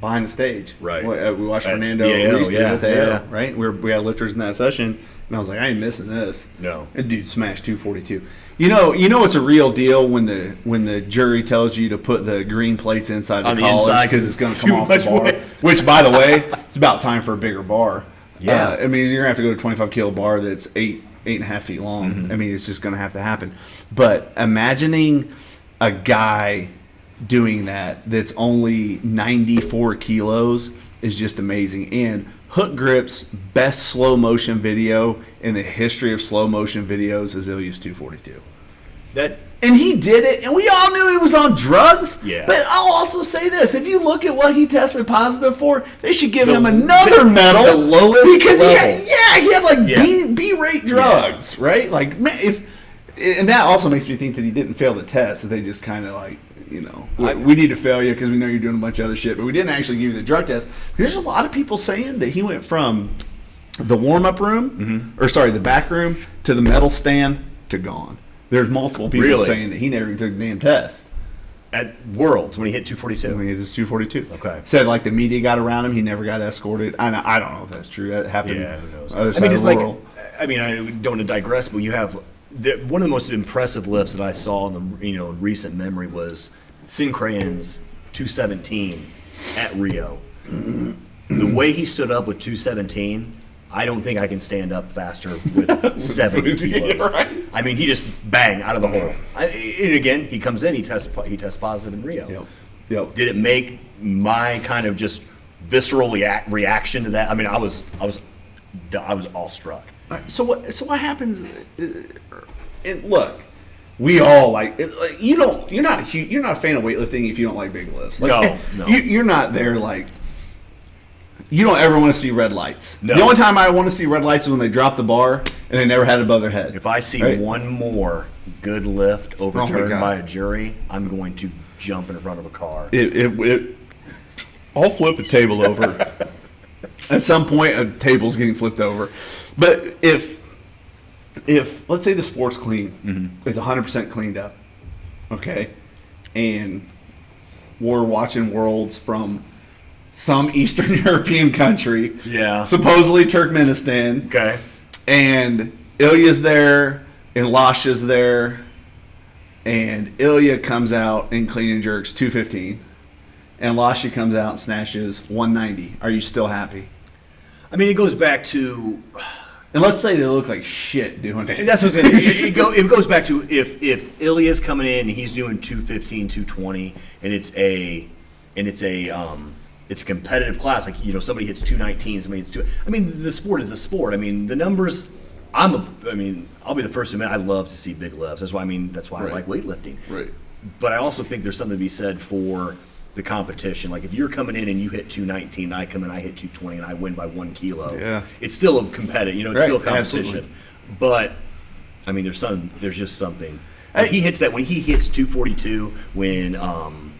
behind the stage. Right. We, uh, we watched At Fernando the AL, Ruiz do it yeah, at the AL, yeah. Right. We, were, we had lifters in that session, and I was like, I ain't missing this. No. That dude smashed 242. You know, you know it's a real deal when the when the jury tells you to put the green plates inside the, On the columns inside, 'cause it's going to too come off the much bar. weight. Which, by the way, it's about time for a bigger bar. Yeah. Uh, I mean, you're gonna have to go to a 25 kilo bar that's eight eight and a half feet long. I mean, it's just gonna have to happen. But imagining a guy doing that that's only 94 kilos is just amazing. And Hook Grip's best slow motion video in the history of slow motion videos is Ilias 242. that And he did it, and we all knew he was on drugs. Yeah. But I'll also say this: if you look at what he tested positive for, they should give The- him another medal. the lowest because he had, level. yeah, he had like Yeah. B B rate drugs, right? Like man, if and that also makes me think that he didn't fail the test. That they just kind of like you know we, I- we need to fail you because we know you're doing a bunch of other shit, but we didn't actually give you the drug test. There's a lot of people saying that he went from the warm up room, Mm-hmm. or sorry, the back room to the medal stand to gone. There's multiple people Really? saying that he never even took the damn test. at Worlds when he hit I 242. mean, it's 242. Okay. Said like the media got around him. He never got escorted. I, I don't know if that's true. That happened. Yeah, who knows? Other I side mean, of it's the like, world. I mean, I don't want to digress, but you have the, one of the most impressive lifts that I saw in the you know in recent memory was Sin Crane's 217 at Rio. the way he stood up with 217, I don't think I can stand up faster with 70 Yeah, kilos. right. I mean, he just bang out of the hole. I, and again, he comes in, he tests po- he tests positive in Rio. Yep. Yep. did it make my kind of just visceral reac- reaction to that? I mean, I was, I was, I was awestruck. So what? So what happens? uh, And look, we all like it- like, you don't. You're not a huge, you're not a fan of weightlifting if you don't like big lifts. Like, No, no. You, you're not there like. you don't ever want to see red lights. No. The only time I want to see red lights is when they drop the bar and they never had it above their head. If I see Right. Oh one more good lift overturned God. by a jury, I'm going to jump in front of a car. it, it, it I'll flip a table over. at some point a table's getting flipped over. But if if let's say the sport's clean, it's 100% cleaned up, okay, and we're watching worlds from some Eastern European country, Yeah. supposedly Turkmenistan, Okay. and Ilya's there and Lasha's there, and Ilya comes out and clean and jerks 215, and Lasha comes out and snatches 190. Are you still happy? I mean, it goes back to And let's say they look like shit doing it. that's what I was gonna, it, it, go, it goes back to if if Ilya's coming in, he's doing 215, 220, and it's a and it's a um it's a competitive class. Like you know, somebody hits 219, somebody hits two. I mean, the sport is a sport. I mean, the numbers. I'm a. I mean, I'll be the first to admit I love to see big lifts. That's why I mean that's why I like Right. weightlifting. Right. But I also think there's something to be said for the competition. Like if you're coming in and you hit 219, and I come in, I hit 220, and I win by one kilo. Yeah. It's still a competitive. You know, it's Right, still a competition. absolutely. But I mean, there's some. There's just something. Like, he hits that when he hits 242. When um,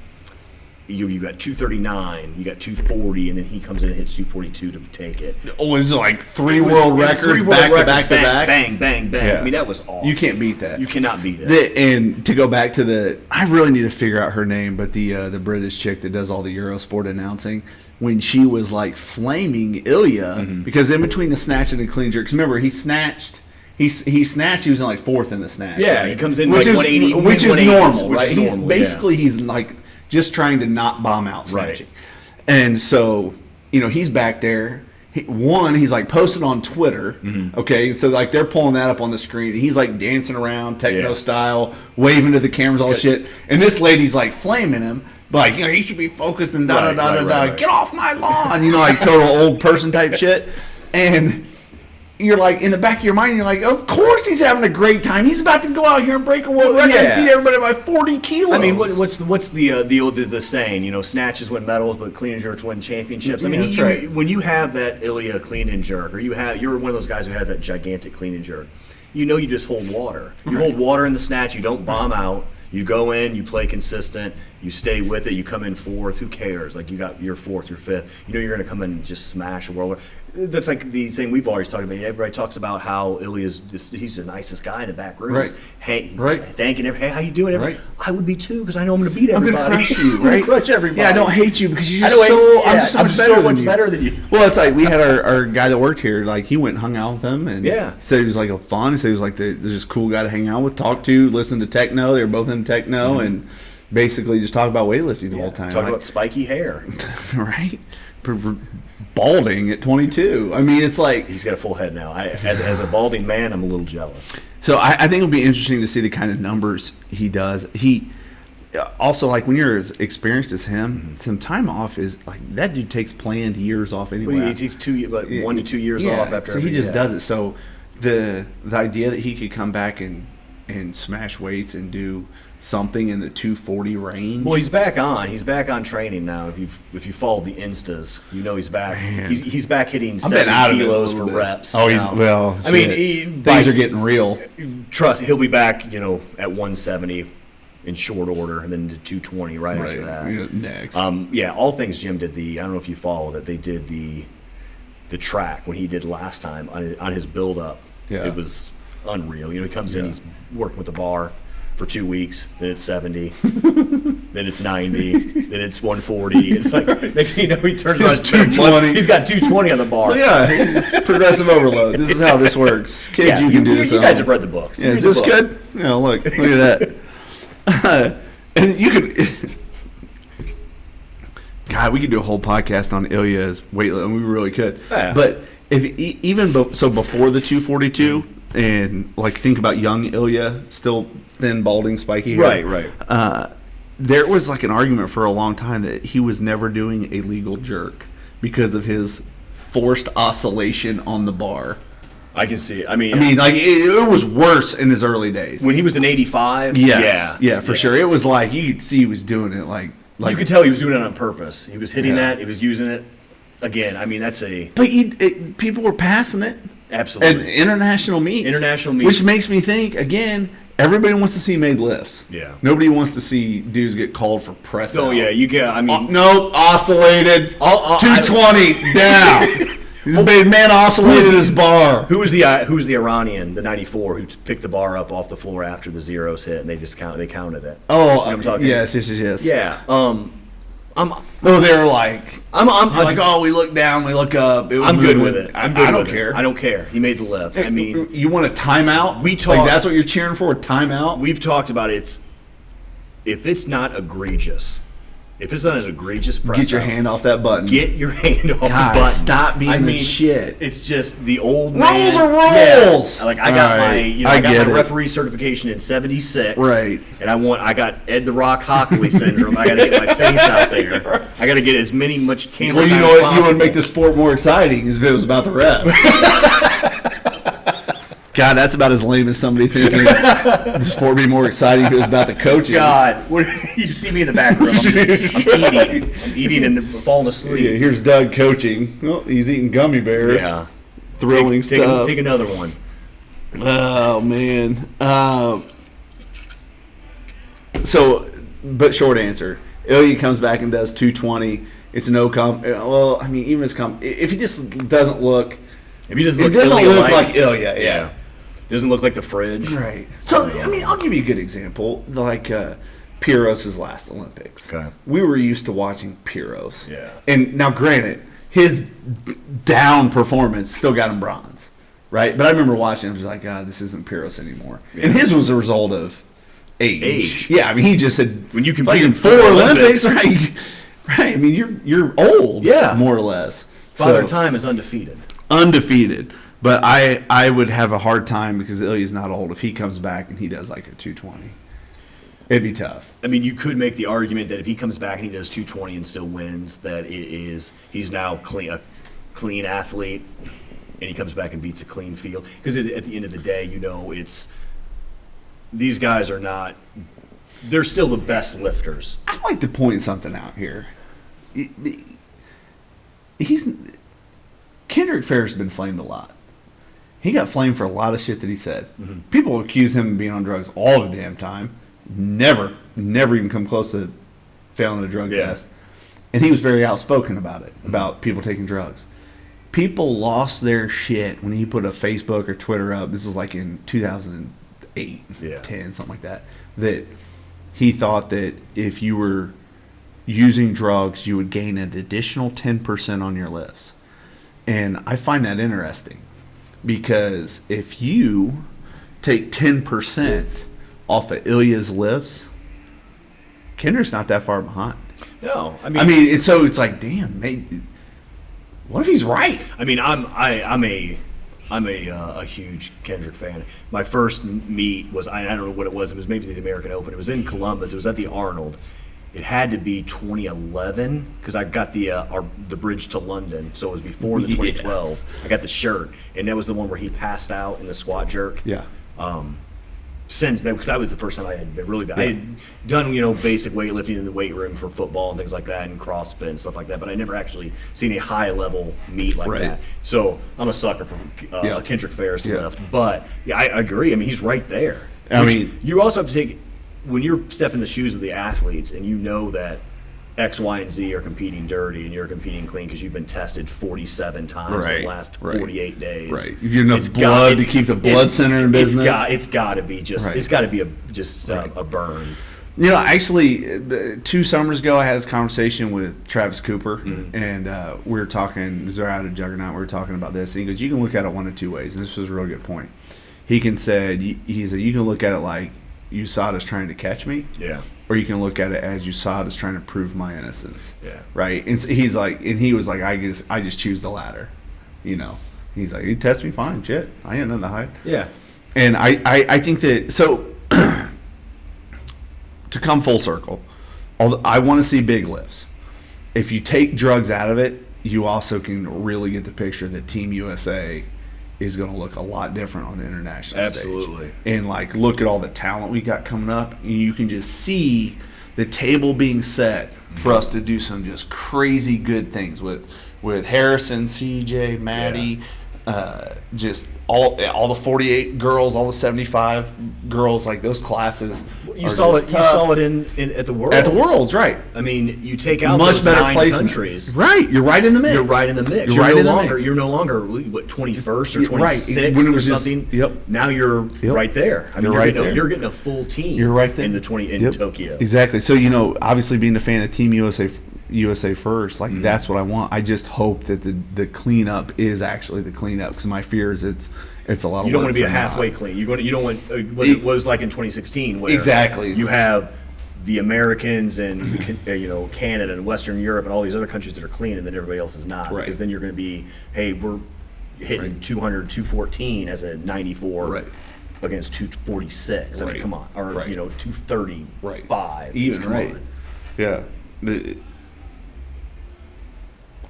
you you got 239, you got 240, and then he comes in and hits 242 to take it. Oh, it's like Three three. world Three records world back to records, back to bang, back. Bang bang bang. Yeah. I mean, that was awesome. You can't beat that. You cannot beat it. The, and to go back to the, I really need to figure out her name, but the uh, the British chick that does all the Eurosport announcing, when she was like flaming Ilya because in between the snatch and the clean jerks, remember he snatched. He, s- he snatched. He was in like fourth in the snatch. Yeah, right? he comes in like 180, which is 180s, normal, which is right? He's- normal, yeah. basically, he's like just trying to not bomb out Right. snatching. And so, you know, he's back there. He, one, he's like posted on Twitter. Mm-hmm. Okay. So, like, they're pulling that up on the screen. He's like dancing around, techno Yeah. style, waving to the cameras, all shit. And this lady's like flaming him. Like, you know, he should be focused and da da Right, da da right, da. right, right. Get off my lawn. You know, like total old person type shit. And you're like, in the back of your mind, you're like, of course he's having a great time. He's about to go out here and break a world record yeah. and beat everybody by 40 kilos. I mean, what, what's the, what's the uh, the old the, the saying? You know, snatches win medals, but clean and jerks win championships. I mean, Yeah, that's you- right. when you have that Ilya clean and jerk, or you have you're one of those guys who has that gigantic clean and jerk, you know, you just hold water. You hold water in the snatch. You don't bomb out. You go in, you play consistent, you stay with it. You come in fourth. Who cares? Like you got your fourth, your fifth. You know you're going to come in and just smash a world. That's like the thing we've always talked about. Everybody talks about how Ilya's just, he's the nicest guy in the back rooms. Right. Hey, Right. thanking every, hey, how you doing? Every, Right. I would be too because I know I'm going to beat I'm everybody. gonna crush you, I'm gonna right? crush everybody. Yeah, I don't hate you because you're I just don't hate- so. I'm yeah, just so much, I'm so better, much than better than you. Well, it's like we had our, our guy that worked here. Like he went and hung out with them, and Yeah. said he was like a fun. He said he was like the the just cool guy to hang out with, talk to, listen to techno. They were both into techno, and basically just talk about weightlifting the Mm-hmm. Yeah, whole time. Talk Like, about spiky hair. right? P- p- Balding at 22. I mean, it's like He's got a full head now. I, as, as a balding man, I'm a little jealous. So I, I think it'll be interesting to see the kind of numbers he does. He uh, also like when you're as experienced as Mm-hmm. him, some time off is like that dude takes planned years off anyway. But he, he's two, ye- like one to two years Yeah, off after. So he every- just yeah. does it. So the the idea that he could come back and and smash weights and do something in the 240 range. Well, he's back on. He's back on training now. If you if you followed the instas, you know he's back. He's, he's back hitting seven out of it a kilos for little bit. reps. Oh, he's now. well. I mean, Shit. he, things are by- getting real. trust he'll be back you know at 170 in short order and then to 220 right, after that Yeah, next. um, yeah all things jim did the i don't know if you followed it they did the the track when he did last time on his, on his build up Yeah. it was unreal you know he comes in he's working with the bar for two weeks then it's 70 then it's 90 then it's 140 it's like next thing you know he turns around It's it's been a month, 220. he's got 220 on the bar So, yeah, it's progressive overload. This is how this works. Kids, Yeah, you can do this. you at guys home. have read the books Yeah, Read is the this book. good? Yeah, look, look at that. and you could, God, we could do a whole podcast on Ilya's weight. li- We really could. Yeah. But if e- even be, so, before the 242, and like think about young Ilya, still thin, balding, spiky hair. Right, right. Uh, there was like an argument for a long time that he was never doing a legal jerk because of his forced oscillation on the bar. i can see it. I mean, like it, it was worse in his early days. when he was in 85 Yes. yeah Yeah, for sure. It was like you could see he was doing it like like you could tell he was doing it on purpose he was hitting Yeah. that he was using it again, I mean, that's a But you, it, people were passing it at absolutely international meets. International Which meets. makes me think, again, everybody wants to see made lifts. Yeah. Nobody wants to see dudes get called for press. Oh out. yeah, you get. I mean, Uh, nope, oscillated. I'll- I'll- 220 down. Big man oscillated his bar. Who was the uh, who was the Iranian, the '94, who picked the bar up off the floor after the zeros hit, and they just count they counted it. Oh, I'm talking- yes, yes, yes, yes. Yeah. Um, I'm No, they're like, I'm I'm, I'm, like, oh, we look down, we look up. it was I'm good moving." with it. I- I'm good I don't with it. care. mm-hmm. I don't care. He made the left. I mean, you want a timeout? We Like, talk- that's what you're cheering for? A timeout? we've talked about it. it's if it's not egregious, if it's not an egregious press, Get your out, hand off that button. Get your hand off God, the button. stop being I the mean, shit. It's just the old Rules man- are Yeah. rules. Like I got my, Alright, you know, I I, got get my it. referee certification in '76. Right. And I want, I got Ed the Rock Hockley syndrome. I got to get my face out there. I got to get as many much camera Well, you time know as what? You would possible. make the sport more exciting if it was about the ref. God, that's about as lame as somebody thinking the sport would be more exciting if it was about the coaches. God, what, you see me in the back room. I'm, just, I'm eating, I'm eating and falling Yeah, asleep. here's Doug coaching. Well, he's eating gummy bears. Yeah. Thrilling Take, take, stuff. take another one. Oh man. Uh, so, but short answer, Ilya comes back and does 220. It's no comp. Well, I mean, even his comp. If he just doesn't look, If he doesn't it look, doesn't Ilya look like Ilya. yeah, doesn't look like the fridge. Right. So I mean, I'll give you a good example, like uh, Pyrrhos' last Olympics. Okay. We were used to watching Pyrrhos. Yeah. And now, granted, his down performance still got him bronze, right? But I remember watching him, I was like, God, this isn't Pyrrhos anymore. And his was a result of age. Age. Yeah, I mean, he just said When you compete fucking in four four Olympics, right? Right. I mean, you're you're old. Yeah. More or less. Father So- Time is undefeated. undefeated. But I I would have a hard time because Ilya's not old. If he comes back and he does like a 220, it'd be tough. I mean, you could make the argument that if he comes back and he does 220 and still wins, that it is he's now clean, a clean athlete, and he comes back and beats a clean field. Because at the end of the day, you know, it's these guys are not; they're still the best lifters. I'd like to point something out here. He's Kendrick Ferris has been flamed a lot. He got flamed for a lot of shit that he said. People accuse him of being on drugs all the damn time. Never, never even come close to failing a drug Yeah. test. And he was very outspoken about it, about people taking drugs. People lost their shit when he put a Facebook or Twitter up. This was like in 2008, Yeah. 10, something like that. That he thought that if you were using drugs, you would gain an additional 10% on your lifts. And I find that interesting because if you take 10% off of Ilya's lifts, Kendra's not that far behind. No, I mean, I mean, it's, so it's like, damn, they, what if he's right? I mean, I'm I, I'm a I'm a uh, a huge Kendrick fan. My first m- meet was I, I don't know what it was. It was maybe the American Open. It was in Columbus. It was at the Arnold. It had to be 2011 because I got the uh, our, the bridge to London, so it was before the 2012. Yes. I got the shirt, and that was the one where he passed out in the squat jerk. Yeah. Since then, because that was the first time I had been really bad. I had done you know basic weightlifting in the weight room for football and things like that, and CrossFit and stuff like that, but I never actually seen a high level meet like Right. that. So I'm a sucker for uh, Yeah. a Kendrick Ferris Yeah. lift, but yeah, I I agree. I mean, he's right there. I Which mean- you also have to take when you're stepping the shoes of the athletes, and you know that X, Y, and Z are competing dirty, and you're competing clean because you've been tested 47 times in Right, the last right, 48 days. right. You get enough It's blood to it's- keep the blood it's- center in business. It's got, it's got to be just. Right. It's got to be a just uh, a burn. You know, actually, uh, two summers ago, I had this conversation with Travis Cooper, Mm-hmm. and uh, we were talking. It was out of Juggernaut. We were talking about this, and he goes, "You can look at it one of two ways." And this was a real good point. He can said, he he said, "You can look at it like USADA's trying to catch me, Yeah. or you can look at it as USADA's trying to prove my innocence." Yeah. Right. And so he's like, and he was like, "I just, I just choose the latter," you know. He's like, "You test me, fine, shit. I ain't nothing to hide." Yeah. and I, I, I think that so to come full circle although i want to see big lifts if you take drugs out of it you also can really get the picture that team usa is going to look a lot different on the international Absolutely. stage and like look at all the talent we got coming up and you can just see the table being set for us to do some just crazy good things with with Harrison, CJ, Maddie, uh, just all all the 48 girls, all the 75 girls, like those classes. You are saw just it. You tough. saw it in, in at the world. at the Worlds, right? I mean, you take out those nine placement. countries. right? You're right in the mix. You're right in the mix. You're You're, right no in the longer. mix. You're no longer what 21st or Yeah, right. 26th When it or was just- something. yep. Now you're Yep. right there. I mean, You're you're, right getting, a- there. you're getting a full team. You're right there in the 20 in Yep. Tokyo. Exactly. So you know, obviously being a fan of Team USA, f- USA first, like that's what I want. I just hope that the the cleanup is actually the cleanup because my fear is it's it's a lot. You of don't work want to be for a halfway naught. clean. You want. You don't want uh, what it was like in 2016, where E Exactly. you have the Americans and can- uh, you know Canada and Western Europe and all these other countries that are clean, and then everybody else is not. Right. Because then you're going to be, hey, we're hitting 200, 214 as a 94 Right. against 246. I mean, Right. come on, or Right. you know 235. Right. Just Even come right. on. Yeah. The-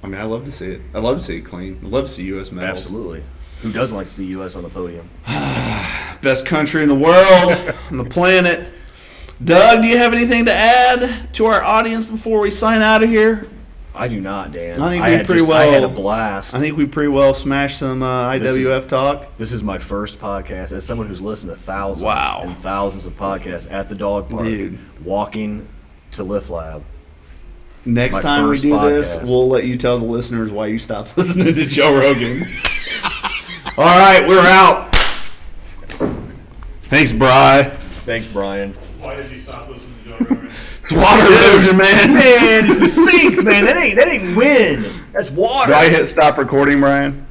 I mean, I love to see it. I love to see it clean. I love to see U.S. medals. Absolutely. Who doesn't like to see U.S. on the podium? Best country in the world, on the planet. Doug, do you have anything to add to our audience before we sign out of here? I do not, Dan. I think I we had pretty just- I had a well- blast. I think we pretty well smashed some uh, This is- IWF talk. This is my first podcast. As someone who's listened to thousands Wow. and thousands of podcasts at the dog park, Dude. walking to Lift Lab. Next My time we first do this, podcast. we'll let you tell the listeners why you stopped listening to Joe Rogan. All right, we're out. Thanks, Bry. Thanks, Brian. Why did you stop listening to Joe Rogan? It's water erosion, man. Man, this is Sphinx, man. That ain't that ain't wind. That's water. Do I hit stop recording, Brian?